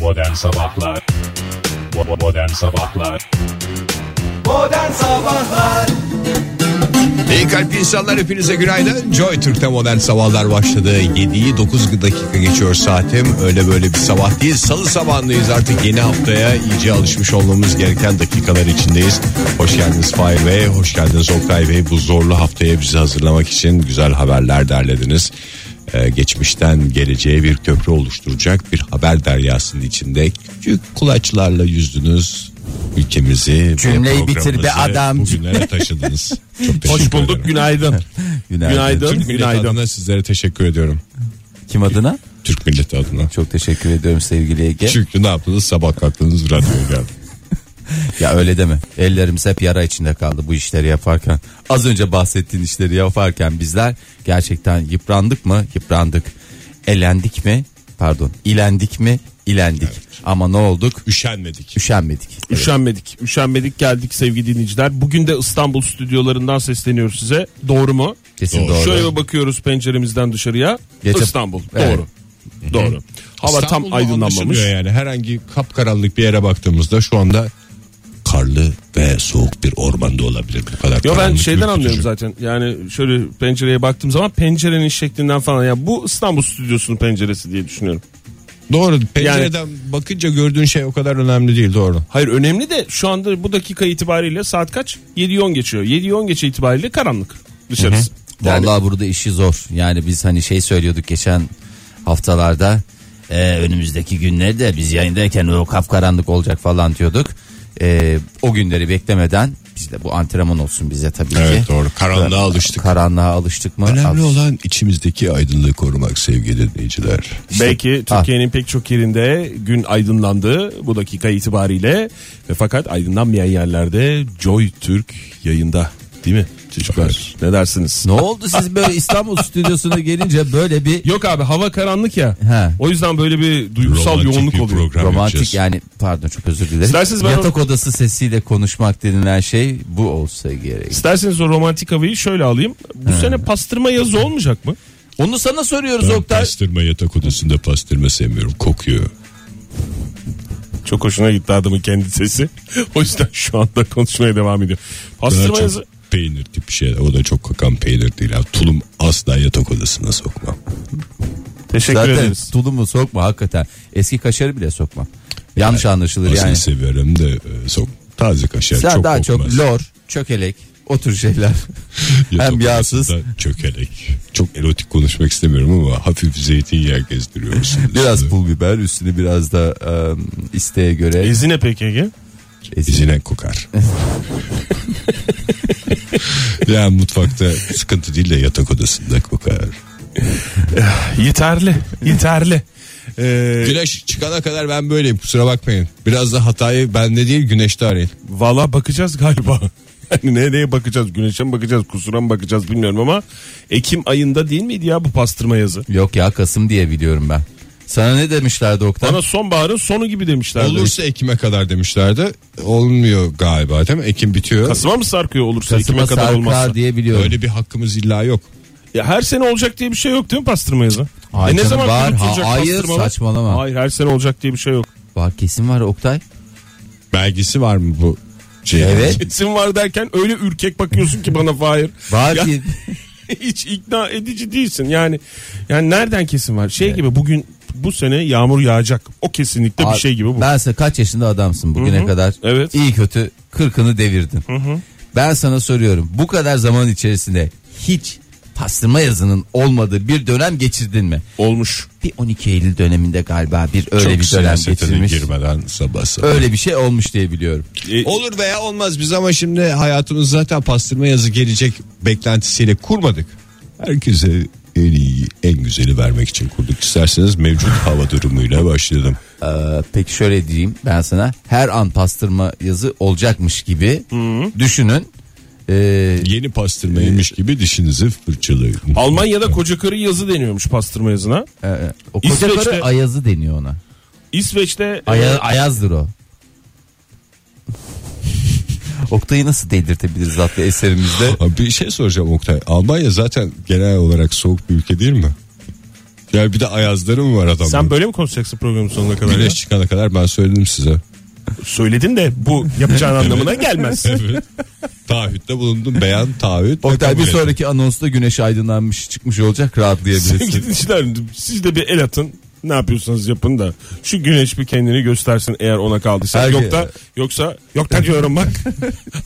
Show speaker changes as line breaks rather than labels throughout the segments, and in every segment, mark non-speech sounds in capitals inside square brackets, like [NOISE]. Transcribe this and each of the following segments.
Modern Sabahlar Bo- Modern Sabahlar
Modern Sabahlar
İyi kalp insanlar hepinize günaydın. Joy Türk'te modern sabahlar başladı. 7'yi 9 dakika geçiyor saatim. Öyle böyle bir sabah değil. Salı sabahındayız artık yeni haftaya iyice alışmış olmamız gereken dakikalar içindeyiz. Hoş geldiniz Fahir Bey, hoş geldiniz Oktay Bey. Bu zorlu haftaya bizi hazırlamak için güzel haberler derlediniz. Ee, geçmişten geleceğe bir köprü oluşturacak bir haber deryasının içinde küçük kulaçlarla yüzdünüz ülkemizi ve
Cümleyi bitir be
programımızı
adam.
bugünlere taşıdınız. Çok teşekkür
Hoş
ederim.
bulduk günaydın.
Günaydın.
Günaydın.
Türk milleti
Günaydın.
adına sizlere teşekkür ediyorum.
Kim adına?
Türk milleti adına.
Çok teşekkür ediyorum sevgili Ege.
Çünkü ne yaptınız sabah kalktınız radyoya geldi.
Ya öyle deme. Ellerimiz hep yara içinde kaldı bu işleri yaparken. Az önce bahsettiğin işleri yaparken bizler gerçekten yıprandık mı? Yıprandık. Elendik mi? Pardon. İlendik mi? İlendik. Ama ne olduk?
Üşenmedik.
Üşenmedik.
Üşenmedik. Üşenmedik geldik sevgili dinleyiciler. Bugün de İstanbul stüdyolarından sesleniyoruz size. Doğru mu?
Kesin doğru.
Şöyle bir bakıyoruz penceremizden dışarıya.
Geçen-
İstanbul.
Evet.
Doğru. Doğru. Hava tam
İstanbul'da
aydınlanmamış.
anlaşılıyor yani herhangi kapkaranlık bir yere baktığımızda şu anda karlı ve soğuk bir ormanda olabilir bu kadar.
Yo ben
karanlık,
şeyden
ürkütücü.
anlıyorum zaten. Yani şöyle pencereye baktığım zaman pencerenin şeklinden falan. Ya bu İstanbul stüdyosunun penceresi diye düşünüyorum.
Doğru pencereden bakınca gördüğün şey o kadar önemli değil doğru.
Hayır önemli de şu anda bu dakika itibariyle saat kaç? 7.10 geçiyor. 7.10 geçe itibariyle karanlık dışarısı.
Vallahi burada işi zor. Yani biz hani şey söylüyorduk geçen haftalarda e, önümüzdeki günlerde biz yayındayken o kapkaranlık olacak falan diyorduk. E, o günleri beklemeden biz de bu antrenman olsun bize tabii
Evet
ki.
doğru karanlığa alıştık.
Karanlığa alıştık mı?
önemli
Alış-
olan içimizdeki aydınlığı korumak sevgili dinleyiciler.
Belki Türkiye'nin pek çok yerinde gün aydınlandı bu dakika itibariyle ve fakat aydınlanmayan yerlerde Joy Türk yayında değil mi çocuklar ne dersiniz?
Ne oldu siz böyle İstanbul stüdyosuna gelince böyle bir
Yok abi hava karanlık ya
He.
o yüzden böyle bir duygusal
Romantik
yoğunluk
bir
oluyor.
program
romantik
yapacağız.
yani pardon çok özür dilerim.
İsterseniz ben
Yatak odası sesiyle konuşmak denilen şey bu olsa gerek.
İsterseniz o romantik havayı şöyle alayım. Bu sene pastırma yazı olmayacak mı?
Onu sana soruyoruz
Ben
Oktay.
pastırma yatak odasında pastırma sevmiyorum kokuyor.
Çok hoşuna gitti adamın kendi sesi. [LAUGHS] o yüzden şu anda konuşmaya devam ediyor.
Daha
Pastırma
çok
yazı
peynir tipi şeyler. O da çok kakan peynir değil. Abi. Tulum asla yatak odasına sokmam.
teşekkür
Zaten
ederiz.
tulumu sokma hakikaten. Eski kaşarı bile sokma. Yanlış anlaşılır
Asıl
yani.
severim de e, sok. Taze kaşar
Sen
çok
daha
kokmaz.
çok lor, çökelek, o tür
[LAUGHS]
şeyler.
Yatak
hem yağsız.
odasında Çökelek. Çok erotik konuşmak istemiyorum ama hafif zeytinyağı gezdiriyor musunuz?
[LAUGHS] biraz pul biber, üstünü biraz da e, isteğe göre
Ezine peki Ege?
ezine.
İzine
[LAUGHS]
kokar. yani mutfakta sıkıntı değil de yatak odasında kokar.
Yeterli [LAUGHS] yeterli. Ee,
Güneş çıkana kadar ben böyleyim kusura bakmayın. Biraz da hatayı bende değil güneşte arayın.
Valla bakacağız galiba. [LAUGHS] Yani nereye bakacağız? Güneşe mi bakacağız? Kusura mı bakacağız bilmiyorum ama Ekim ayında değil miydi ya bu pastırma yazı?
Yok ya Kasım diye biliyorum ben. Sana ne demişlerdi Oktay?
Bana sonbaharın sonu gibi demişlerdi.
Olursa Ekim'e kadar demişlerdi. Olmuyor galiba değil mi? Ekim bitiyor.
Kasım'a mı sarkıyor olursa
Kasım'a
Ekim'e kadar olmazsa?
sarkar diye biliyorum.
Öyle bir hakkımız illa yok.
Ya her sene olacak diye bir şey yok değil mi pastırma yazı?
Ay
E ne
canım
zaman
var.
unutulacak
Ha, hayır,
pastırmalar?
saçmalama.
Hayır her sene olacak diye bir şey yok.
Var kesin var Oktay.
Belgesi var mı bu? Şey,
Evet.
Kesin var derken öyle ürkek bakıyorsun ki bana Fahir. [LAUGHS]
Var
Ya-
ki
Hiç ikna edici değilsin yani. Yani nereden kesin var? Şey gibi bugün bu sene yağmur yağacak. O kesinlikle bir
Abi,
şey gibi bu.
Ben sana kaç yaşında adamsın bugüne kadar.
Evet.
İyi kötü kırkını devirdin. Ben sana soruyorum. Bu kadar zaman içerisinde hiç pastırma yazının olmadığı bir dönem geçirdin mi?
Olmuş.
Bir 12 Eylül döneminde galiba bir öyle
Çok
bir dönem
siyasetine
geçirmiş.
girmeden sabah sabah.
Öyle bir şey olmuş diye biliyorum.
E,
Olur veya olmaz biz ama şimdi hayatımız zaten pastırma yazı gelecek beklentisiyle kurmadık. Herkese en iyi en güzeli vermek için kurduk. İsterseniz mevcut hava durumuyla başladım.
Ee, peki şöyle diyeyim ben sana. Her an pastırma yazı olacakmış gibi düşünün. Ee,
Yeni pastırma yemiş gibi dişinizi fırçalayın.
Ee, Almanya'da koca karı yazı deniyormuş pastırma yazına.
e, e, o koca
İsveç'te-
karı ayazı deniyor ona.
İsveç'te e,
Aya- ayazdır o. [LAUGHS] Oktay'ı nasıl delirtebiliriz hatta
[LAUGHS]
eserimizde?
Abi bir şey soracağım Oktay. Almanya zaten genel olarak soğuk bir ülke değil mi? Ya bir de ayazları mı var adamın?
Sen böyle mi konuşacaksın programın sonuna kadar? ya?
Güneş çıkana kadar ben söyledim size.
Söyledin de bu yapacağın anlamına [LAUGHS] gelmez.
[LAUGHS] Taahhütte bulundum. Beyan taahhüt. ve
Oktay bir
kabul ettim.
sonraki anonsta güneş aydınlanmış çıkmış olacak rahatlayabilirsin.
Dinleyiciler siz de bir el atın. Ne yapıyorsanız yapın da şu güneş bir kendini göstersin eğer ona kaldıysa.
Her-
Yoksa yoksa yok da diyorum bak. [LAUGHS]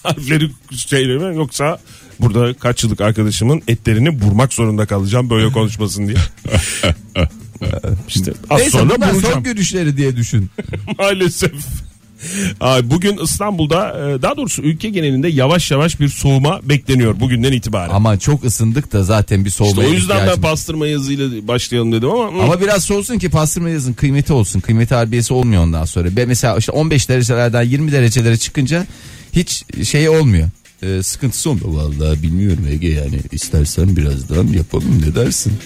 Harfleri şeylerimi yoksa burada kaç yıllık arkadaşımın etlerini burmak zorunda kalacağım böyle konuşmasın [LAUGHS] diye. işte az
Neyse
sonra
bunlar
vuracağım.
son görüşleri diye düşün.
[LAUGHS] Maalesef. Ay, Bugün İstanbul'da e, daha doğrusu ülke genelinde yavaş yavaş bir soğuma bekleniyor bugünden itibaren.
Ama çok ısındık da zaten bir soğumaya
İşte o yüzden ben
ihtiyacımız-
pastırma yazıyla başlayalım dedim ama, hı,
Ama biraz soğusun ki pastırma yazın kıymeti olsun. Kıymeti harbiyesi olmuyor ondan sonra. Ben mesela işte 15 derecelerden 20 derecelere çıkınca hiç şey olmuyor. Ee, sıkıntısı olmuyor. Vallahi bilmiyorum Ege yani istersen birazdan yapalım ne dersin?
[LAUGHS]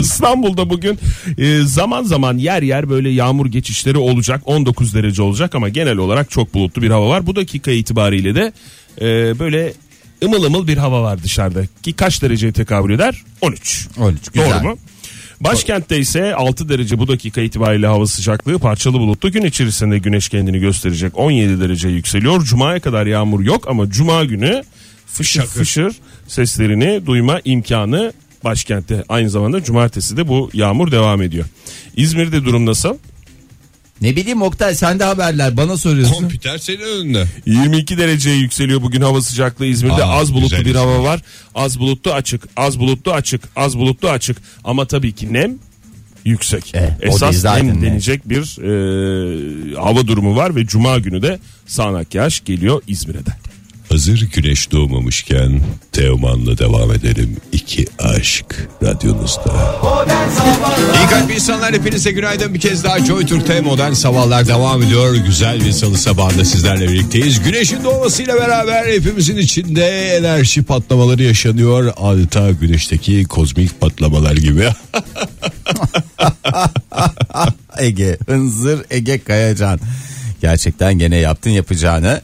İstanbul'da bugün e, zaman zaman yer yer böyle yağmur geçişleri olacak 19 derece olacak ama genel olarak çok bulutlu bir hava var. Bu dakika itibariyle de e, böyle ımıl ımıl bir hava var dışarıda ki kaç dereceye tekabül eder? 13.
13, güzel.
Doğru mu? Başkentte ise 6 derece bu dakika itibariyle hava sıcaklığı parçalı bulutlu gün içerisinde güneş kendini gösterecek 17 derece yükseliyor. Cuma'ya kadar yağmur yok ama cuma günü fışır fışır seslerini duyma imkanı başkentte. Aynı zamanda cumartesi de bu yağmur devam ediyor. İzmir'de durum nasıl?
Ne bileyim Oktay sen de haberler bana soruyorsun.
Kompüter senin önünde.
22 dereceye yükseliyor bugün hava sıcaklığı İzmir'de
Aa,
az bulutlu
güzel
bir
İzmir.
hava var. Az bulutlu açık, az bulutlu açık, az bulutlu açık ama tabii ki nem yüksek.
E, o değil
Esas
zaten
nem
nem.
denecek bir e, hava durumu var ve cuma günü de sağanak yağış geliyor İzmir'e de.
Hazır güneş doğmamışken Teoman'la devam edelim. İki aşk radyonuzda.
Modern Sabahlar
İyi kalp insanlar hepinize günaydın bir kez daha Joy Türk'te modern sabahlar devam ediyor. Güzel bir salı sabahında sizlerle birlikteyiz. Güneşin doğmasıyla beraber hepimizin içinde enerji patlamaları yaşanıyor. Adeta güneşteki kozmik patlamalar gibi.
Ege Hınzır Ege Kayacan. Gerçekten gene yaptın yapacağını.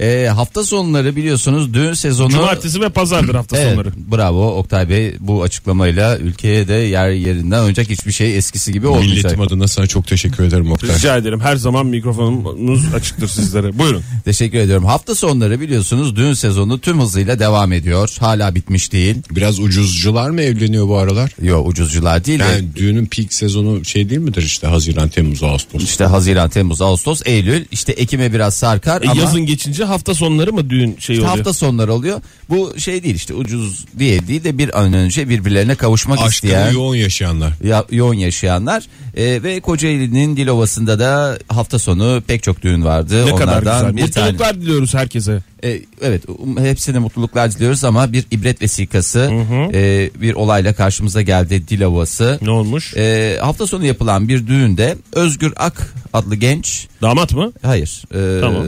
Ee, hafta sonları biliyorsunuz düğün sezonu.
Cumartesi ve pazardır hafta
Evet,
sonları.
bravo Oktay Bey bu açıklamayla ülkeye de yer yerinden oynayacak hiçbir şey eskisi
[LAUGHS]
gibi olmayacak.
Milletim adına sana çok teşekkür ederim Oktay.
Rica ederim her zaman mikrofonumuz açıktır sizlere. Buyurun.
Teşekkür ediyorum. Hafta sonları biliyorsunuz düğün sezonu tüm hızıyla devam ediyor. Hala bitmiş değil.
Biraz ucuzcular mı evleniyor bu aralar?
Yo ucuzcular değil. de
Yani düğünün peak sezonu şey değil midir işte Haziran, Temmuz, Ağustos.
İşte Haziran, Temmuz, Ağustos, Eylül işte Ekim'e biraz sarkar
E,
ama
Yazın geçince hafta sonları mı düğün şey oluyor?
hafta sonları oluyor. Bu şey değil işte ucuz diye değil de bir an önce birbirlerine kavuşmak
Aşkını
isteyen.
yoğun yaşayanlar.
ya- yoğun yaşayanlar e, ve Kocaeli'nin Dilovası'nda da hafta sonu pek çok düğün vardı.
Ne kadar
Onlardan
güzel.
bir tane-
Mutluluklar diliyoruz herkese.
E, evet um- hepsine mutluluklar diliyoruz ama bir ibret vesikası e, bir olayla karşımıza geldi dil havası.
Ne olmuş?
E, hafta sonu yapılan bir düğünde Özgür Ak adlı genç
Damat mı?
hayır e,
Tamam.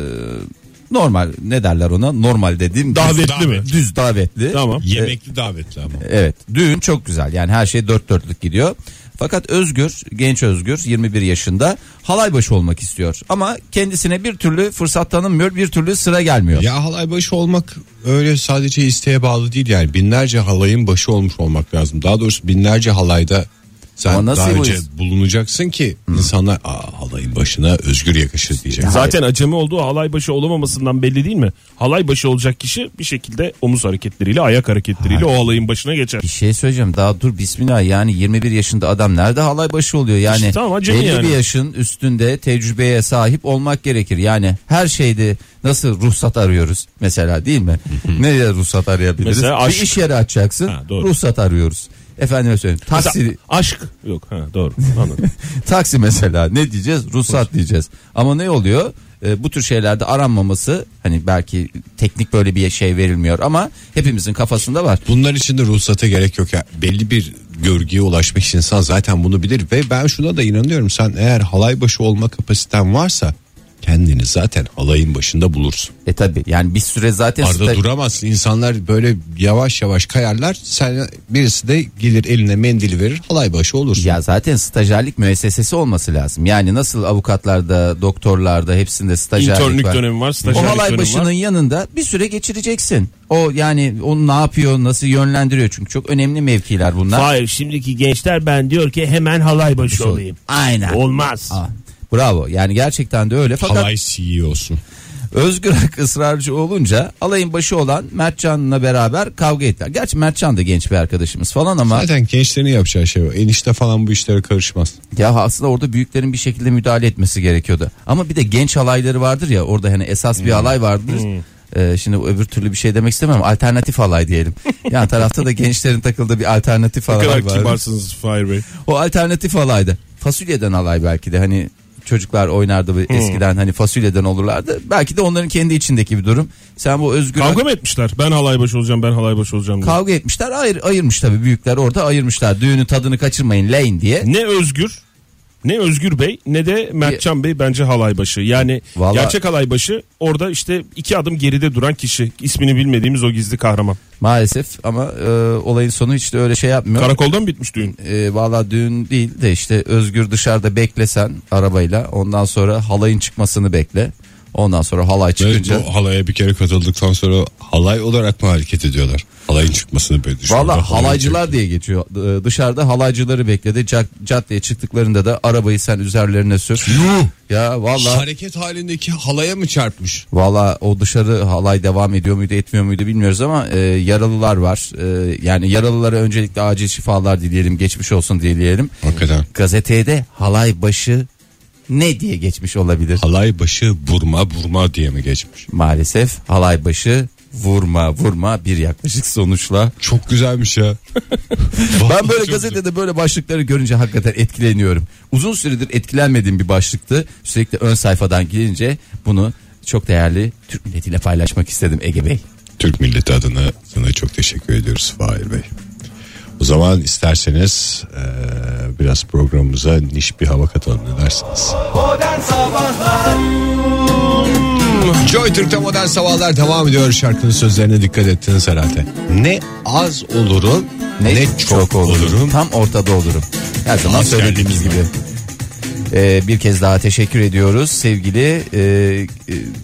normal ne derler ona normal dediğim düz-
Davetli mi?
düz davetli. E,
Tamam.
Yemekli davetli ama.
Evet düğün çok güzel yani her şey dört dörtlük gidiyor. Fakat Özgür, genç Özgür 21 yaşında halaybaşı olmak istiyor. Ama kendisine bir türlü fırsat tanınmıyor, bir türlü sıra gelmiyor.
Ya halay başı olmak öyle sadece isteğe bağlı değil yani binlerce halayın başı olmuş olmak lazım. Daha doğrusu binlerce halayda sen
Ama nasıl
daha
bu
önce
iz-
bulunacaksın ki insanlar Aa, halayın başına özgür yakışır diyecek.
Zaten acemi olduğu halay başı olamamasından belli değil mi? Halay başı olacak kişi bir şekilde omuz hareketleriyle, ayak hareketleriyle o halayın başına geçer.
Bir şey söyleyeceğim daha dur bismillah yani 21 yaşında adam nerede halay başı oluyor yani
İşte tamam, acemi
belli
yani.
bir yaşın üstünde tecrübeye sahip olmak gerekir yani her şeyde nasıl ruhsat arıyoruz mesela değil
[LAUGHS]
mi? Nereye ruhsat arayabiliriz?
Mesela
Bir
aşk.
iş yeri açacaksın
Ha, doğru.
ruhsat arıyoruz. Efendime söyleyeyim taksi,
Mesela aşk yok. Ha, doğru.
[LAUGHS]
Anladım.
taksi mesela ne diyeceğiz ruhsat diyeceğiz ama ne oluyor? Ee, bu tür şeylerde aranmaması hani belki teknik böyle bir şey verilmiyor ama hepimizin kafasında var.
Bunlar için de ruhsata gerek yok ya. Belli bir görgüye ulaşmak için insan zaten bunu bilir ve ben şuna da inanıyorum. Sen eğer halay başı olma kapasiten varsa kendini zaten alayın başında bulursun.
E tabi yani bir süre zaten
Arada
sta-
duramazsın. İnsanlar böyle yavaş yavaş kayarlar. Sen birisi de gelir eline mendili verir. Halay başı olursun.
Ya zaten stajyerlik müessesesi olması lazım. Yani nasıl avukatlarda, doktorlarda hepsinde stajyerlik
İnternlük
var.
dönemi var,
O
stajyerlik
halay
dönemi
başının
var.
yanında bir süre geçireceksin. O yani onu ne yapıyor, nasıl yönlendiriyor çünkü çok önemli mevkiler bunlar.
Hayır şimdiki gençler ben diyor ki hemen halay başı olayım.
Aynen.
Olmaz.
Aa, bravo. Yani gerçekten de öyle. Fakat
Halay CEO'sun.
Özgür Ak ısrarcı olunca alayın başı olan Mertcan'la beraber kavga ettiler. Gerçi Mertcan da genç bir arkadaşımız falan ama
Zaten gençlerin yapacağı şey o. Enişte falan bu işlere karışmaz.
Ya aslında orada büyüklerin bir şekilde müdahale etmesi gerekiyordu. Ama bir de genç halayları vardır ya orada hani esas
Hmm.
bir halay vardır. Ee, şimdi öbür türlü bir şey demek istemem. Alternatif halay diyelim. Yan tarafta da gençlerin takıldığı bir alternatif
Ne
halay
kadar
vardır.
kibarsınız Fahir Bey.
O alternatif halaydı. Fasulyeden halay belki de hani çocuklar oynardı
Hmm.
bu eskiden hani fasulyeden olurlardı. Belki de onların kendi içindeki bir durum. Sen bu özgür
Kavga mı etmişler? Ben halay başı olacağım, ben halay başı olacağım diye.
kavga etmişler. Ayır, ayırmış tabii büyükler orada ayırmışlar. Düğünün tadını kaçırmayın lane diye.
ne Özgür ne Özgür Bey ne de Mertcan Bey bence halaybaşı. Yani
Vallahi-
gerçek halaybaşı orada işte iki adım geride duran kişi. İsmini bilmediğimiz o gizli kahraman.
Maalesef ama e, olayın sonu hiç de öyle şey yapmıyor.
Karakoldan bitmiş düğün.
e, valla düğün değil de işte Özgür dışarıda beklesen arabayla ondan sonra halayın çıkmasını bekle. Ondan sonra halay
Evet,
çıkınca
bu halaya bir kere katıldıktan sonra halay olarak mı hareket ediyorlar? Halayın çıkmasını böyle düşünüyorlar.
valla halaycılar diye geçiyor. E, Dışarıda halaycıları bekledi. Cad- Caddeye çıktıklarında da arabayı sen üzerlerine sür. Ya valla
Hareket halindeki halaya mı çarpmış?
valla o dışarı halay devam ediyor muydu etmiyor muydu bilmiyoruz ama e, yaralılar var. E, yani yaralılara öncelikle acil şifalar dileyelim, geçmiş olsun dileyelim.
Hakikaten.
Gazeteye de halay başı ne diye geçmiş olabilir?
Halay başı vurma vurma diye mi geçmiş?
maalesef halay başı vurma vurma bir yaklaşık sonuçla.
Çok güzelmiş ya.
Ben böyle
çok
gazetede böyle başlıkları görünce hakikaten etkileniyorum. Uzun süredir etkilenmediğim bir başlıktı. Sürekli ön sayfadan gelince bunu çok değerli Türk milletiyle paylaşmak istedim Ege Bey.
Türk milleti adına sana çok teşekkür ediyoruz Fahir Bey. O zaman isterseniz eee, biraz programımıza niş bir hava katalım ne dersiniz?
Modern Sabahlar
Joy Türk'te modern sabahlar devam ediyor şarkının sözlerine dikkat ettiniz herhalde. Ne az olurum ne, çok, olurum.
Tam ortada olurum. Her zaman
Askerlik
söylediğimiz gibi. Ee, bir kez daha teşekkür ediyoruz sevgili e,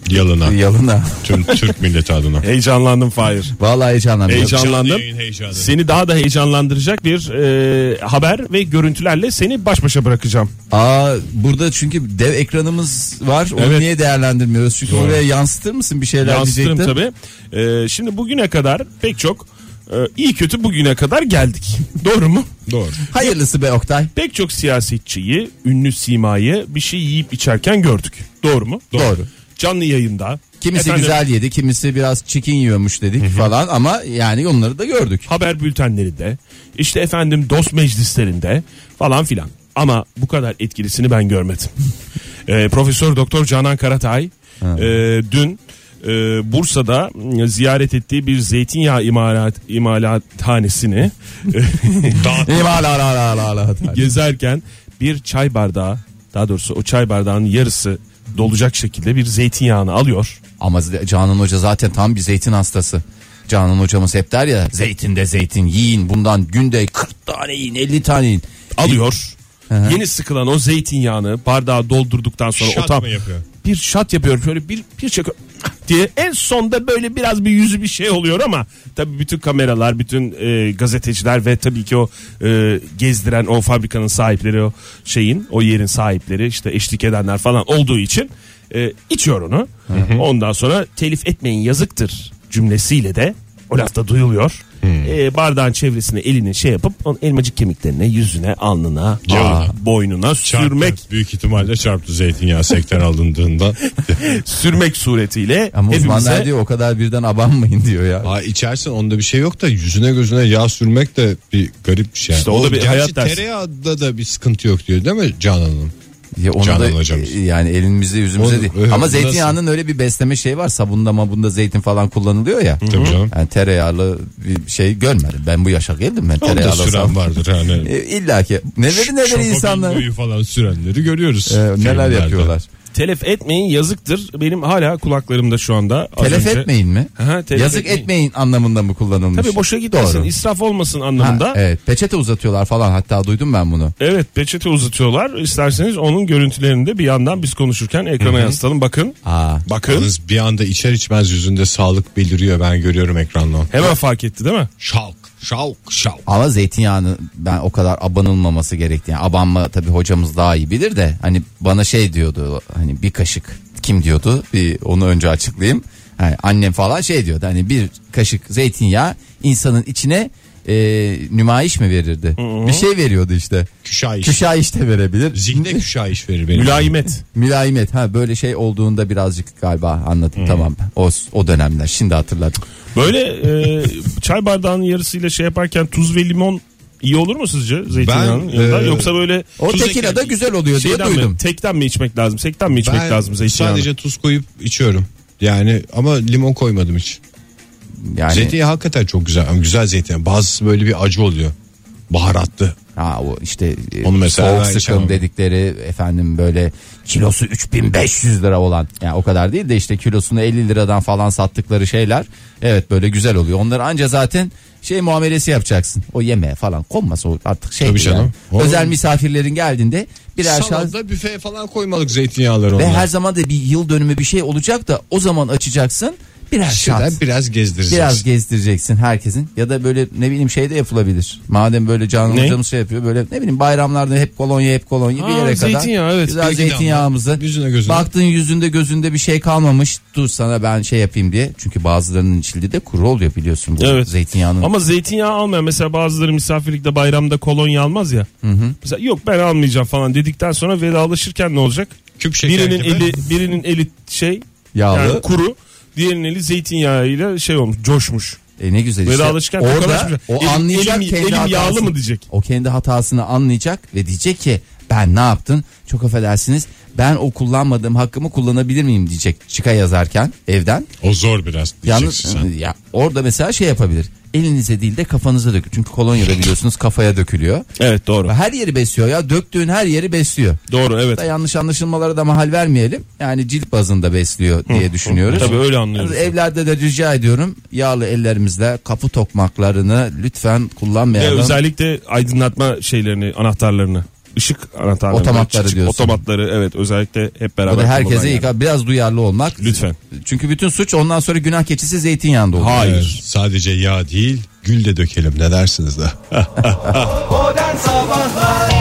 Yalına.
e, Yalın'a.
Tüm [LAUGHS] Türk milleti adına.
Heyecanlandım Fahir.
Vallahi heyecanlandım.
Heyecan- Heyecanlandım.
Canlı yayın heyecanı.
Seni daha da heyecanlandıracak bir e, haber ve görüntülerle seni baş başa bırakacağım.
Aa burada çünkü dev ekranımız var. Onu
Evet.
niye değerlendirmiyoruz? Çünkü oraya yansıtır mısın bir şeyler
Yansıtırım
diyecektin.
tabii. E, şimdi bugüne kadar pek çok e, iyi kötü bugüne kadar geldik. [LAUGHS] Doğru mu?
Doğru.
Hayırlısı be Oktay.
Pek çok siyasetçiyi, ünlü simayı bir şey yiyip içerken gördük. Doğru mu?
Doğru.
Canlı yayında.
Kimisi
Efendim,
güzel yedi, kimisi biraz çikin yiyormuş dedik falan ama yani onları da gördük.
haber bültenlerinde, işte efendim dost meclislerinde falan filan. Ama bu kadar etkilisini ben görmedim. Ee, Profesör Doktor Canan Karatay e, dün e, Bursa'da e, ziyaret ettiği bir zeytinyağı imalat imalathanesini e,
Eyvah, la, la, la, la, la.
gezerken bir çay bardağı, daha doğrusu o çay bardağının yarısı dolacak şekilde bir zeytinyağını alıyor.
ama Canan Hoca zaten tam bir zeytin hastası. Canan hocamız hep der ya zeytin de zeytin yiyin bundan günde 40 tane yiyin 50 tane yiyin.
alıyor. Yeni sıkılan o zeytinyağını bardağa doldurduktan sonra
Şat
o tam
mı yapıyor?
bir şat yapıyor böyle bir bir çakıyor diye en sonda böyle biraz bir yüzü bir şey oluyor ama tabii bütün kameralar bütün e, gazeteciler ve tabii ki o e, gezdiren o fabrikanın sahipleri o şeyin o yerin sahipleri işte eşlik edenler falan olduğu için e, içiyor onu ondan sonra telif etmeyin yazıktır cümlesiyle de o lafta duyuluyor
Hmm.
E, bardağın çevresine elini şey yapıp onun elmacık kemiklerine yüzüne alnına
Yağına.
aa, boynuna
Çarptı.
sürmek
Büyük ihtimalle çarptı zeytinyağı sekten alındığında.
sürmek suretiyle
Ama uzmanlar
hepimize
diyor o kadar birden abanmayın diyor ya.
Aa, içersin onda bir şey yok da yüzüne gözüne yağ sürmek de bir garip bir şey.
İşte o da bir
gerçi
hayat dersi.
tereyağında da bir sıkıntı yok diyor değil mi Canan Hanım?
Ya onu
Canan
da
hocamız.
e, yani elimizi yüzümüze
Onu-
değil.
evet,
Ama
nasıl?
zeytinyağının öyle bir besleme şeyi var. Sabunda mabunda zeytin falan kullanılıyor ya.
Tabii canım.
Yani tereyağlı bir şey görmedim. Ben bu yaşa geldim ben
Onu da
tereyağlı
süren
sabun.
vardır yani.
E, İlla ki neleri neleri
Şopa
insanlar
Bingo'yu falan sürenleri görüyoruz.
E, neler
filmlerde.
yapıyorlar.
Telef etmeyin yazıktır. Benim hala kulaklarımda şu anda. az
Telef
önce-
etmeyin mi?
Aha, telef
Yazık etmeyin.
etmeyin.
anlamında mı kullanılmış?
Tabii boşa gitmesin
Doğru.
israf olmasın
Ha,
anlamında. evet.
evet peçete uzatıyorlar falan hatta duydum ben bunu.
peçete uzatıyorlar. İsterseniz onun görüntülerini de bir yandan biz konuşurken ekrana yansıtalım. Bakın.
Aa,
Bakın.
Yalnız bir anda içer içmez yüzünde sağlık beliriyor ben görüyorum ekrandan.
Hemen fark etti değil mi?
Şalk şalk şalk.
ama zeytinyağını ben o kadar abanılmaması gerektiğini. Abanma tabii hocamız daha iyi bilir de hani bana şey diyordu hani bir kaşık kim diyordu bir onu önce açıklayayım. Yani annem falan şey diyordu hani bir kaşık zeytinyağı insanın içine e, nümayiş mi verirdi? Bir şey veriyordu işte.
Küşayiş.
Küşayiş de verebilir.
Zihne küşayiş verir benim.
Mülayimet.
Mülayimet ha böyle şey olduğunda birazcık galiba anladım
Hmm.
tamam o, o dönemler şimdi hatırladım.
Böyle e, çay bardağının yarısıyla şey yaparken tuz ve limon iyi olur mu sizce zeytinyağının
Ben,
yanında?
e,
Yoksa böyle
O
tuz
tekila da
ekleyip-
güzel oluyor diye
Şeyden
duydum.
mi, tekten mi içmek lazım? Sekten mi içmek
Ben
lazım zeytinyağını?
sadece tuz koyup içiyorum. Yani ama limon koymadım hiç.
Yani
Zeytinyağı hakikaten çok güzel. Ama güzel zeytinyağı. Bazısı böyle bir acı oluyor. Baharatlı.
ha o işte e,
Onu mesela ben
soğuk sıkım
içemem.
dedikleri efendim böyle kilosu 3500 lira olan yani o kadar değil de işte kilosunu 50 liradan falan sattıkları şeyler evet böyle güzel oluyor. Onları anca zaten şey muamelesi yapacaksın. O yemeğe falan konmasa o artık şey
Tabii
değil
canım.
yani.
Oğlum.
Özel misafirlerin geldiğinde birer şans
Salatta büfeye falan koymalık zeytinyağları
ve
onlar.
her zaman da bir yıl dönümü bir şey olacak da o zaman açacaksın birer şans.
Şuradan biraz gezdireceksin.
Biraz gezdireceksin herkesin ya da böyle ne bileyim şey de yapılabilir. Madem böyle canlı
Ne?
hocamız şey yapıyor böyle ne bileyim bayramlarda hep kolonya hep kolonya bir
Ha,
yere kadar.
zeytinyağı, evet.
Güzel
Bir iki
zeytinyağımızı.
damla yüzüne gözüne.
Baktın yüzünde gözünde bir şey kalmamış dur sana ben şey yapayım diye. Çünkü bazılarının cildi de kuru oluyor biliyorsun bu
Evet.
zeytinyağının.
Ama zeytinyağı almayan mesela bazıları misafirlikte bayramda kolonya almaz ya. Mesela yok ben almayacağım falan dedikten sonra vedalaşırken ne olacak?
Küp şeker
Birinin
gibi.
eli birinin eli şey
Yağlı.
yani kuru, diğerinin eli zeytinyağıyla şey olmuş, coşmuş.
E ne güzel işte.
Vedalaşırken
Orada
tokalaşmış.
o
Elim-
anlayacak
elim-
kendi
elim yağlı
hatasını.
mı diyecek?
O kendi hatasını anlayacak ve diyecek ki ben ne yaptın? Çok affedersiniz. Ben o kullanmadığım hakkımı kullanabilir miyim diyecek. Çıka yazarken evden.
O zor biraz
Yalnız e,
diyeceksin sen.
ya orada mesela şey yapabilir. Elinize değil de kafanıza dökün. Çünkü kolonya da biliyorsunuz kafaya dökülüyor.
Evet doğru.
Ve Her yeri besliyor ya. Döktüğün her yeri besliyor.
Doğru evet.
Da yanlış anlaşılmalara da mahal vermeyelim. Yani cilt bazında besliyor diye düşünüyoruz.
Tabii öyle anlıyoruz.
Yalnız Evlerde de rica ediyorum yağlı ellerimizle kapı tokmaklarını lütfen
Ve
kullanmayalım.
özellikle aydınlatma şeylerini, anahtarlarını, ışık anahtarlarını,
Otomatları
çık- çık-
diyorsun.
Otomatları evet özellikle hep beraber.
Bu da herkese
kullanılan
iyi.
yerler.
Biraz duyarlı olmak.
Lütfen.
Çünkü bütün suç ondan sonra günah keçisi zeytinyağında oluyor.
Hayır.
Evet, Sadece yağ değil gül de dökelim ne dersiniz de.
Modern Sabahlar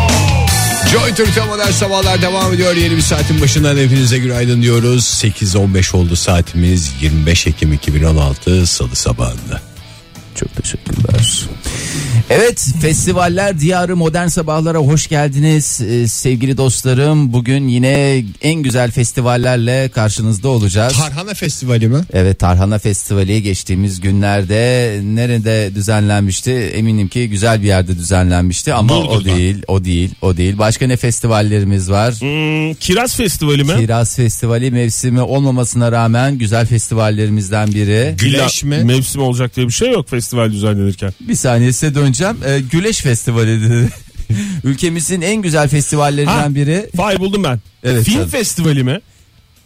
Joy Türk'te modern sabahlar devam ediyor. Yeni bir saatin başından hepinize günaydın diyoruz. 8.15 oldu saatimiz 25 Ekim 2016 Salı sabahında.
Çok teşekkürler. Evet festivaller diyarı modern sabahlara hoş geldiniz Ee, sevgili dostlarım. Bugün yine en güzel festivallerle karşınızda olacağız.
Tarhana Festivali mi?
Evet Tarhana Festivali geçtiğimiz günlerde nerede düzenlenmişti? Eminim ki güzel bir yerde düzenlenmişti ama o
Burdur'da.
değil, o değil, o değil. Başka ne festivallerimiz var?
Hmm, Kiraz Festivali mi?
Kiraz Festivali mevsimi olmamasına rağmen güzel festivallerimizden biri.
Güleş
İlla
mi?
Mevsim olacak diye bir şey yok festival düzenlenirken.
Bir saniye size döneceğim. Ee, Güleş Festivali dedi. [LAUGHS] Ülkemizin en güzel festivallerinden
Ha.
biri.
Vay buldum ben.
Evet,
Film
tabii.
Festivali mi?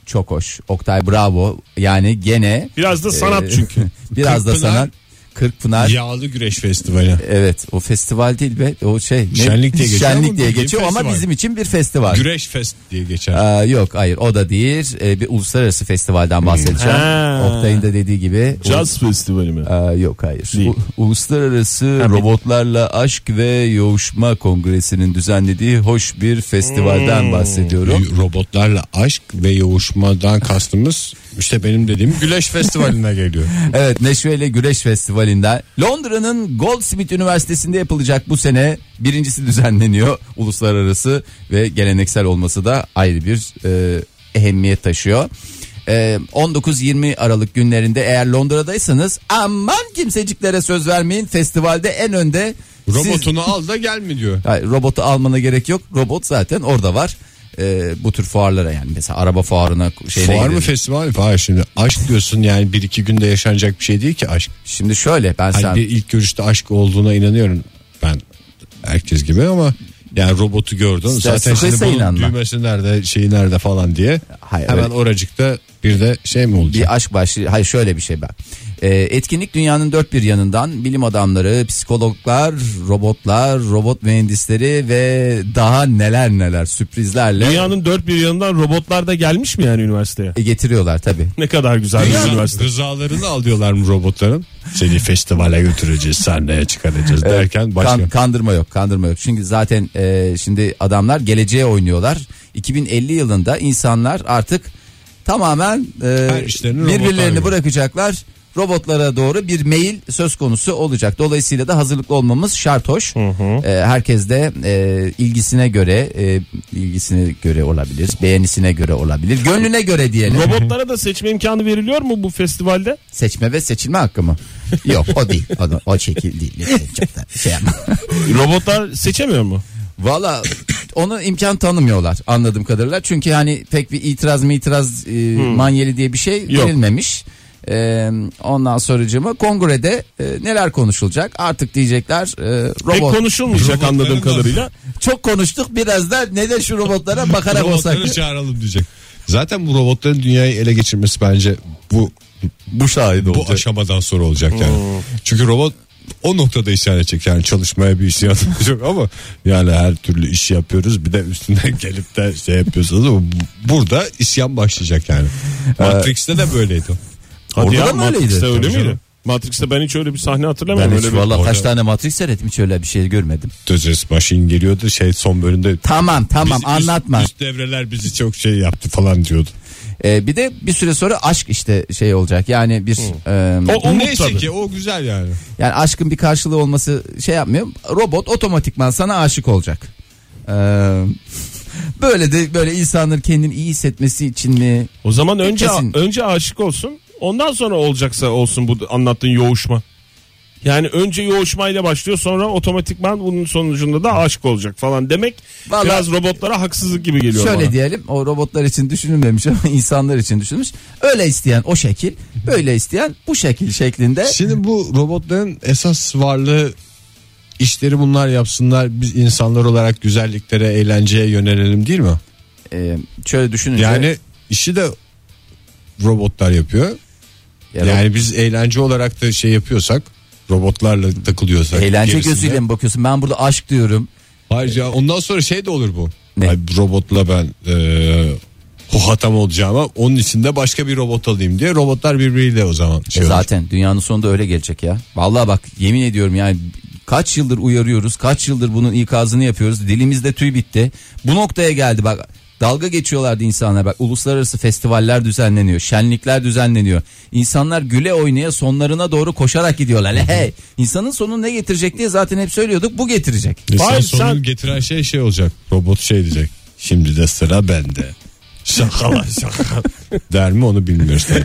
Çok hoş. Oktay bravo. Yani gene
Biraz da sanat
e, [LAUGHS]
çünkü.
biraz da
Kırkpınar.
sanat. Kırkpınar.
Yağlı Güreş Festivali.
Evet o festival değil be o şey.
Şenlik diye geçiyor
Şenlik
ama
diye
bildiğin
geçiyor ama
festival.
bizim için bir festival.
Güreş Fest diye geçer.
Aa, yok hayır o da değil. Ee, bir uluslararası
Hmm.
festivalden bahsedeceğim.
Ha.
Oktay'ın da dediği gibi.
Jazz Festivali mi?
Aa, yok hayır.
Değil.
U- Uluslararası Robotlarla Aşk ve Yoğuşma Kongresi'nin düzenlediği hoş bir festivalden
Hmm.
bahsediyorum.
Robotlarla aşk ve yoğuşmadan kastımız işte benim dediğim Güleş Festivali'ne geliyor.
Evet Neşve ile Güreş Festivali'nden Londra'nın Goldsmith Üniversitesi'nde yapılacak bu sene birincisi düzenleniyor. Uluslararası ve geleneksel olması da ayrı bir e, ehemmiyet taşıyor. E, 19-20 Aralık günlerinde eğer Londra'daysanız aman kimseciklere söz vermeyin. Festivalde en önde siz-
Robotunu al da gel mi diyor.
Hayır, robotu almana gerek yok. Robot zaten orada var. E, bu tür fuarlara yani mesela araba fuarına şeyine
Fuar mı
gidelim.
festival mi? Hayır şimdi aşk diyorsun yani bir iki günde yaşanacak bir şey değil ki aşk.
Şimdi şöyle ben
Hani
sen
bir ilk görüşte aşk olduğuna inanıyorum ben herkes gibi ama Yani robotu gördün.
İster
Zaten şimdi
sıkıysa
bunun
inanma.
düğmesi nerede, şeyi nerede falan diye.
Hayır,
Hemen
öyle-
oracıkta bir de şey mi olacak?
Bir aşk başlığı. Hayır şöyle bir şey bak. Ee, etkinlik dünyanın dört bir yanından bilim adamları, psikologlar, robotlar, robot mühendisleri ve daha neler neler sürprizlerle
Dünyanın dört bir yanından robotlar da gelmiş mi yani üniversiteye?
getiriyorlar tabii.
Ne kadar güzel bir üniversite.
Rızalarını alıyorlar mı robotların? Seni festivale götüreceğiz, sahneye çıkaracağız derken başka.
Kan- kandırma yok kandırma yok. Çünkü zaten e, şimdi adamlar geleceğe oynuyorlar. 2050 yılında insanlar artık tamamen e,
Her işlerini robotlar
birbirlerini
görüyor.
bırakacaklar. Robotlara doğru bir meyil söz konusu olacak. Dolayısıyla da hazırlıklı olmamız şart hoş. E, herkes de e, ilgisine göre e, ilgisine göre olabilir. Beğenisine göre olabilir. Gönlüne göre diyelim.
Robotlara da seçme imkanı veriliyor mu bu festivalde?
Seçme ve seçilme hakkı mı? Yok o değil. O, o şekil değil. Lütfen Çok da şey yapma.
Robotlar seçemiyor mu?
Valla ona imkan tanımıyorlar anladığım kadarıyla. Çünkü hani pek bir itiraz mı itiraz e, manyeli diye bir şey verilmemiş. E, ondan sonracığıma kongrede e, neler konuşulacak artık diyecekler e,
Pek
robot.
konuşulmayacak anladığım
Robotların da-
kadarıyla.
Çok konuştuk biraz da ne de şu robotlara bakarak olsak.
Robotları şey çağıralım diyecek. Zaten bu robotların dünyayı ele geçirmesi bence bu
Bu şahit
bu aşamadan sonra olacak yani. Çünkü robot o noktada isyan edecek yani çalışmaya bir isyan [LAUGHS] yok ama yani her türlü işi yapıyoruz bir de üstünden [LAUGHS] gelip de şey yapıyorsunuz ama bu- burada isyan başlayacak yani. Matrix'te de böyleydi.
Hadi
Orada
ya
da mı öyleydi?
Matrix'te öyle
Tabii canım.
miydi? Matrix'te ben hiç öyle bir sahne hatırlamıyorum.
Ben hiç
öyle bir-
valla kaç
Orada-
tane matris seyrettim hiç öyle bir şey görmedim.
Dözes Machine geliyordu şey son bölümde.
Tamam tamam
"Biz- üst-
anlatma.
Üst, devreler bizi çok şey yaptı falan diyordu.
E, bir de bir süre sonra aşk işte şey olacak. Yani bir e,
O, o mutlu
Neyse
tabii.
ki o güzel yani.
Yani aşkın bir karşılığı olması şey yapmıyor. Robot otomatikman sana aşık olacak. Ee, [LAUGHS] böyle de böyle insanların kendini iyi hissetmesi için mi?
O zaman önce
Kesin.
önce aşık olsun. Ondan sonra olacaksa olsun bu anlattığın yoğuşma. Yani önce yoğuşmayla başlıyor sonra otomatikman bunun sonucunda da aşık olacak falan demek
Vallahi-
biraz robotlara haksızlık gibi geliyor
Şöyle
bana.
diyelim o robotlar için düşünülmemiş ama [LAUGHS] insanlar için düşünmüş. Öyle isteyen o şekil, böyle isteyen bu şekil şeklinde.
Şimdi bu robotların esas varlığı işleri bunlar yapsınlar biz insanlar olarak güzelliklere eğlenceye yönelelim değil mi?
Ee, şöyle düşününce.
Yani işi de robotlar yapıyor.
Ya
Yani biz eğlence olarak da şey yapıyorsak robotlarla takılıyorsak.
Eğlence
gerisinde-
gözüyle mi bakıyorsun? Ben burada aşk diyorum.
Hayır ya, ondan sonra şey de olur bu.
Ne?
Ay, robotla ben e, huhatam olacağıma onun içinde başka bir robot alayım diye robotlar birbiriyle o zaman şey
E
olur.
zaten dünyanın sonunda öyle gelecek ya. Vallahi bak yemin ediyorum yani kaç yıldır uyarıyoruz, kaç yıldır bunun ikazını yapıyoruz. Dilimizde tüy bitti. Bu noktaya geldi bak. Dalga geçiyorlardı insanlar. Bak uluslararası festivaller düzenleniyor, şenlikler düzenleniyor. İnsanlar güle oynaya sonlarına doğru koşarak gidiyorlar. Le hey, insanın sonu ne getirecek diye zaten hep söylüyorduk. Bu getirecek.
İnsan
Hayır,
sonunu
sen-
getiren şey şey olacak. Robot şey diyecek. Şimdi de sıra bende. Şaka lan şaka. [LAUGHS] Der mi onu bilmiyoruz. tabii.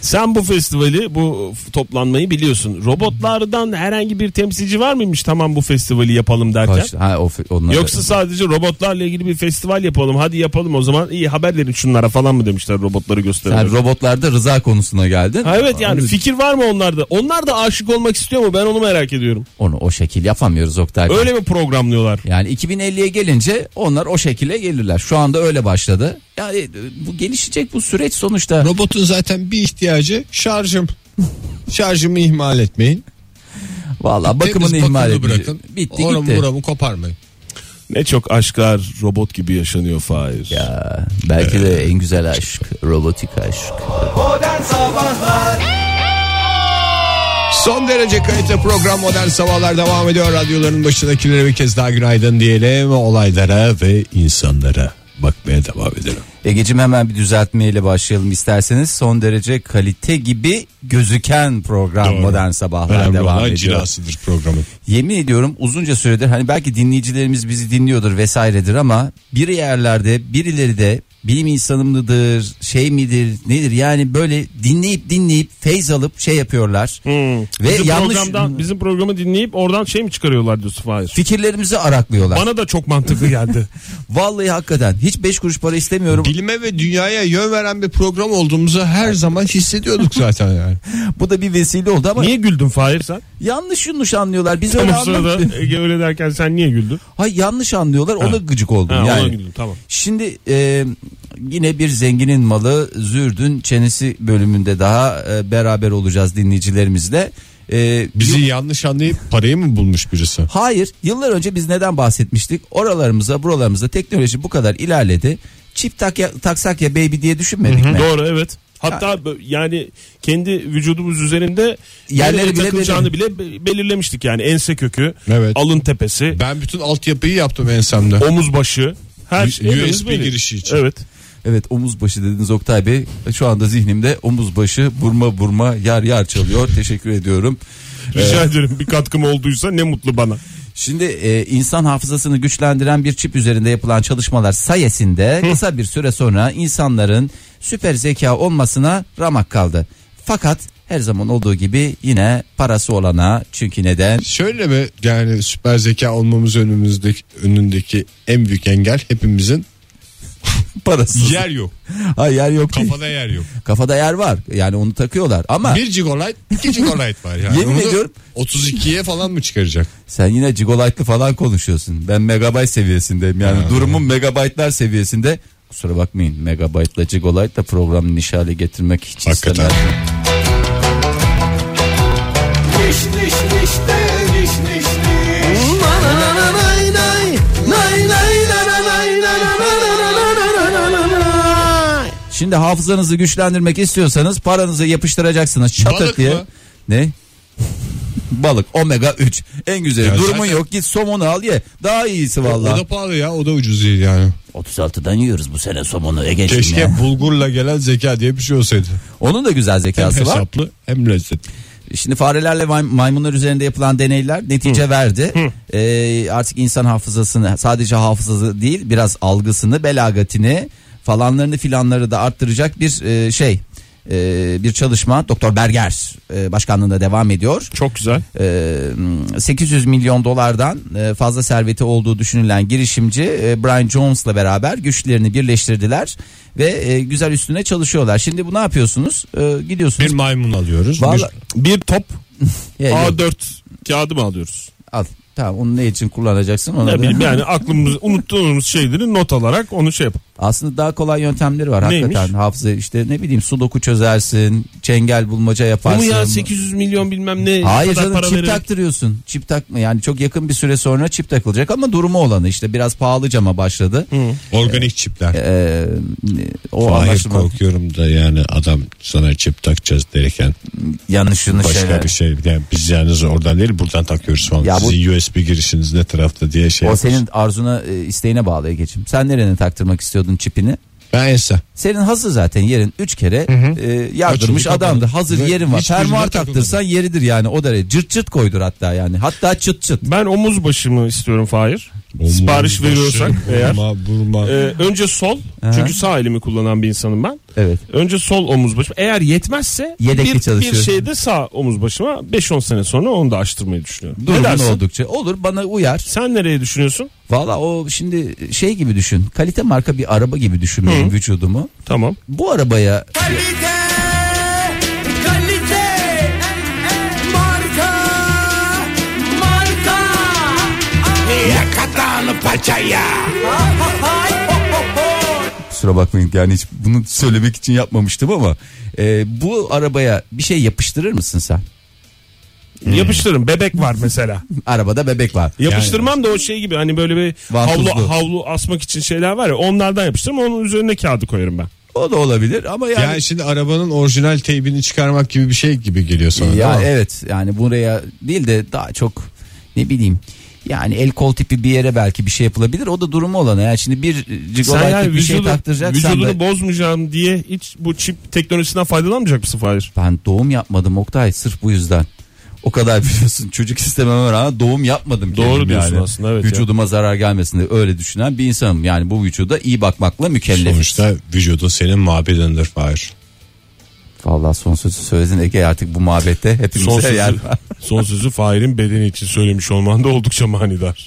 Sen bu festivali bu f- toplanmayı biliyorsun. Robotlardan herhangi bir temsilci var mıymış tamam bu festivali yapalım derken?
Koş- Ha, o, fe- onlar-
Yoksa sadece robotlarla ilgili bir festival yapalım hadi yapalım o zaman iyi haber verin şunlara falan mı demişler robotları gösteriyor.
sen robotlarda rıza konusuna geldin.
Ha evet yani
Onu-
fikir var mı onlarda? Onlar da aşık olmak istiyor mu? Ben onu merak ediyorum.
Onu o şekil yapamıyoruz Oktay. Bey.
Öyle mi programlıyorlar?
Yani 2050'ye gelince onlar o şekilde gelirler. Şu anda öyle başladı. Yani e, bu gelişecek bu süreç sonuçta.
Robotun zaten bir ihtiyacı şarjım. Şarjımı ihmal etmeyin.
Vallahi bakımını
Temiz
ihmal
bakımını
edin. Bitti
Oramı
gitti.
buramı koparmayın.
Ne çok aşklar robot gibi yaşanıyor Faiz.
Ya, belki de en güzel aşk robotik aşk.
Modern Sabahlar
Son derece kalite program Modern Sabahlar devam ediyor. Radyoların başındakilere bir kez daha günaydın diyelim. Olaylara ve insanlara bakmaya devam edelim.
Egeciğim hemen bir düzeltmeyle başlayalım isterseniz. Son derece kalite gibi gözüken program
Doğru.
Modern Sabahlar
Önemli
devam
olan
ediyor.
cilasıdır programın.
Yemin ediyorum uzunca süredir hani belki dinleyicilerimiz bizi dinliyordur vesairedir ama bir yerlerde birileri de bilim insanı mıdır şey midir nedir yani böyle dinleyip dinleyip feyz alıp şey yapıyorlar. Ve
Hmm. Bizim,
yanlış
programdan, bizim programı dinleyip oradan şey mi çıkarıyorlar diyorsun Faiz?
fikirlerimizi araklıyorlar.
[LAUGHS] Bana da çok mantıklı geldi.
Vallahi hakikaten hiç beş kuruş para istemiyorum
bilime ve dünyaya yön veren bir program olduğumuzu her zaman hissediyorduk zaten yani.
[LAUGHS] Bu da bir vesile oldu ama
Niye şey güldün Fahir [LAUGHS] sen?
yanlış yanlış anlıyorlar. Biz öyle
Tam o sırada
anlamıyoruz.
Ege öyle derken sen niye güldün?
Hayır yanlış anlıyorlar. Ona gıcık oldum
Ha, ona
yani.
güldüm, tamam.
Şimdi e, yine bir zenginin malı Zürdün çenesi bölümünde daha e, beraber olacağız dinleyicilerimizle. E,
Bizi yanlış anlayıp parayı mı bulmuş birisi?
Hayır yıllar önce biz neden bahsetmiştik? Oralarımıza buralarımıza teknoloji bu kadar ilerledi. Çip tak ya, taksak ya baby diye düşünmedik mi?
Doğru evet. Hatta bö- yani kendi vücudumuz üzerinde
Yerleri
yerlere
bile
takılacağını bile be- belirlemiştik yani ense kökü,
Evet.
alın tepesi,
Ben bütün altyapıyı yaptım ensemde.
omuz başı, her
U-
şey elimiz
USB
belli.
girişi için.
Evet.
Evet omuz başı dediniz Oktay Bey. Şu anda zihnimde omuz başı burma burma yar yar çalıyor. Teşekkür ediyorum.
Rica ederim bir katkım olduysa ne mutlu bana.
Şimdi e, insan hafızasını güçlendiren bir çip üzerinde yapılan çalışmalar sayesinde kısa bir süre sonra insanların süper zeka olmasına ramak kaldı. Fakat her zaman olduğu gibi yine parası olana
[LAUGHS]
çünkü neden?
Şöyle mi yani süper zeka olmamız önümüzdeki önündeki en büyük engel hepimizin
Parası.
yer yok.
[LAUGHS] Hayır yer yok. değil.
Kafada yer yok.
Kafada yer var. Yani onu takıyorlar
[LAUGHS]
ama
Bir gigolite, iki gigolite var yani.
Yemin
Onu
ediyorum.
32'ye falan mı çıkaracak?
sen yine gigolight'lı falan konuşuyorsun. Ben megabayt seviyesindeyim. Yani durumum megabaytlar seviyesinde. Kusura bakmayın megabaytla gigolight da programın nişali getirmek hiç
Hakikaten.
istemem.
Diş diş diş de diş diş diş.
Şimdi hafızanızı güçlendirmek istiyorsanız paranızı yapıştıracaksınız çatır
Balık
diye.
mı?
Ne? Balık omega 3 en güzeli.
Ya
Durumun
zaten-
yok git somonu al ye. Daha iyisi
O
vallahi.
da pahalı ya o da ucuz değil yani.
36'dan yiyoruz bu sene somonu Ege'cim
Keşke
ya.
bulgurla gelen zeka diye bir şey olsaydı.
Onun da güzel
Hem
zekası var.
hesaplı hem lezzetli.
Şimdi farelerle may- maymunlar üzerinde yapılan deneyler netice verdi. Ee, artık insan hafızasını sadece hafızası değil biraz algısını, belagatini falanlarını filanları da arttıracak bir e, şey. e, bir çalışma Doktor Berger e, başkanlığında devam ediyor.
Çok güzel.
Ee, 800 milyon dolardan e, fazla serveti olduğu düşünülen girişimci e, Brian Jones'la beraber güçlerini birleştirdiler ve e, güzel üstüne çalışıyorlar. Şimdi bu ne yapıyorsunuz? Ee, Gidiyorsunuz.
Bir maymun alıyoruz.
Vallahi-
Bir top
Ya, yok,
A4 kağıdı mı alıyoruz?
al. Tamam onu ne için kullanacaksın? Ona
Ne
da-
bileyim yani aklımız unuttuğumuz şeyleri not alarak onu şey yap.
Aslında daha kolay yöntemleri var
Neymiş?
hakikaten. Hafıza işte ne bileyim sudoku çözersin, çengel bulmaca yaparsın.
Bunu ya 800 milyon bilmem ne
Hayır
kadar
canım
para
çip
vererek-
taktırıyorsun. Çip takma yani çok yakın bir süre sonra çip takılacak ama durumu olanı işte biraz pahalı cama başladı.
bir organik çipler.
Ee, o
Hayır
anlaşılma
korkuyorum da yani adam sana çip takacağız derken
yanlışını
başka
şeyler.
bir şey. Yani biz yalnız oradan değil buradan takıyoruz falan.
Ya bu-
Sizin USB girişiniz ne tarafta diye şey.
O
yapıyoruz.
senin arzuna e, isteğine bağlı Ege'ciğim. Sen nerene taktırmak istiyordun çipini?
Ben ise.
Senin hazır zaten yerin 3 kere e, yardırmış
Açıldı, kapandı.
adamdı. Hazır
Ve
yerin var.
hiçbirine
Fermuar
takılmadı.
taktırsan yeridir yani o derece. Cırt cırt koydur hatta yani. Hatta çıt çıt.
Ben omuz başımı istiyorum Fahir. Sipariş veriyorsak eğer.
Burma, burma.
Ee, önce sol çünkü sağ elimi kullanan bir insanım ben.
Evet.
Önce sol omuz başım. Eğer yetmezse
Yedekli
bir, bir
çalışıyorsun.
şeyde sağ omuz başıma 5-10 sene sonra onu da açtırmayı düşünüyorum. ne
Durumun
dersin?
oldukça olur bana uyar.
Sen nereye düşünüyorsun?
Valla o şimdi şey gibi düşün. Kalite marka bir araba gibi düşün benim vücudumu.
Tamam.
Bu arabaya
Kalite, kalite, marka, marka. Yakatan paçaya.
kusura bakmayın yani hiç bunu söylemek için yapmamıştım ama e, bu arabaya bir şey yapıştırır mısın sen? Hmm.
Yapıştırırım. Bebek var mesela.
Arabada bebek var.
Yapıştırmam da o şey gibi hani böyle bir
Vantuzlu.
havlu, havlu asmak için şeyler var ya onlardan yapıştırırım onun üzerine kağıdı koyarım ben.
O da olabilir ama yani,
yani, şimdi arabanın orijinal teybini çıkarmak gibi bir şey gibi geliyor sana. değil
ya
mi?
evet yani buraya değil de daha çok ne bileyim yani el kol tipi bir yere belki bir şey yapılabilir. O da durumu olan yani şimdi bir
Sen
cigolayt
yani
bir şey
vücudu-
taktıracaksan
vücudunu
da
bozmayacağım diye hiç bu çip teknolojisinden faydalanmayacak mısın Fahir?
ben doğum yapmadım Oktay sırf bu yüzden. O kadar biliyorsun çocuk istememe rağmen doğum yapmadım.
Doğru
kendim
diyorsun
yani.
aslında, evet
Vücuduma zarar gelmesin diye öyle düşünen bir insanım. Yani bu vücuda iyi bakmakla mükellef.
Sonuçta vücudun senin mabedindir Fahir.
Vallahi son sözü söyledin Ege artık bu muhabbette hepimize
[LAUGHS] Son sözü,
yer var.
son sözü Fahir'in bedeni için söylemiş olman da oldukça manidar.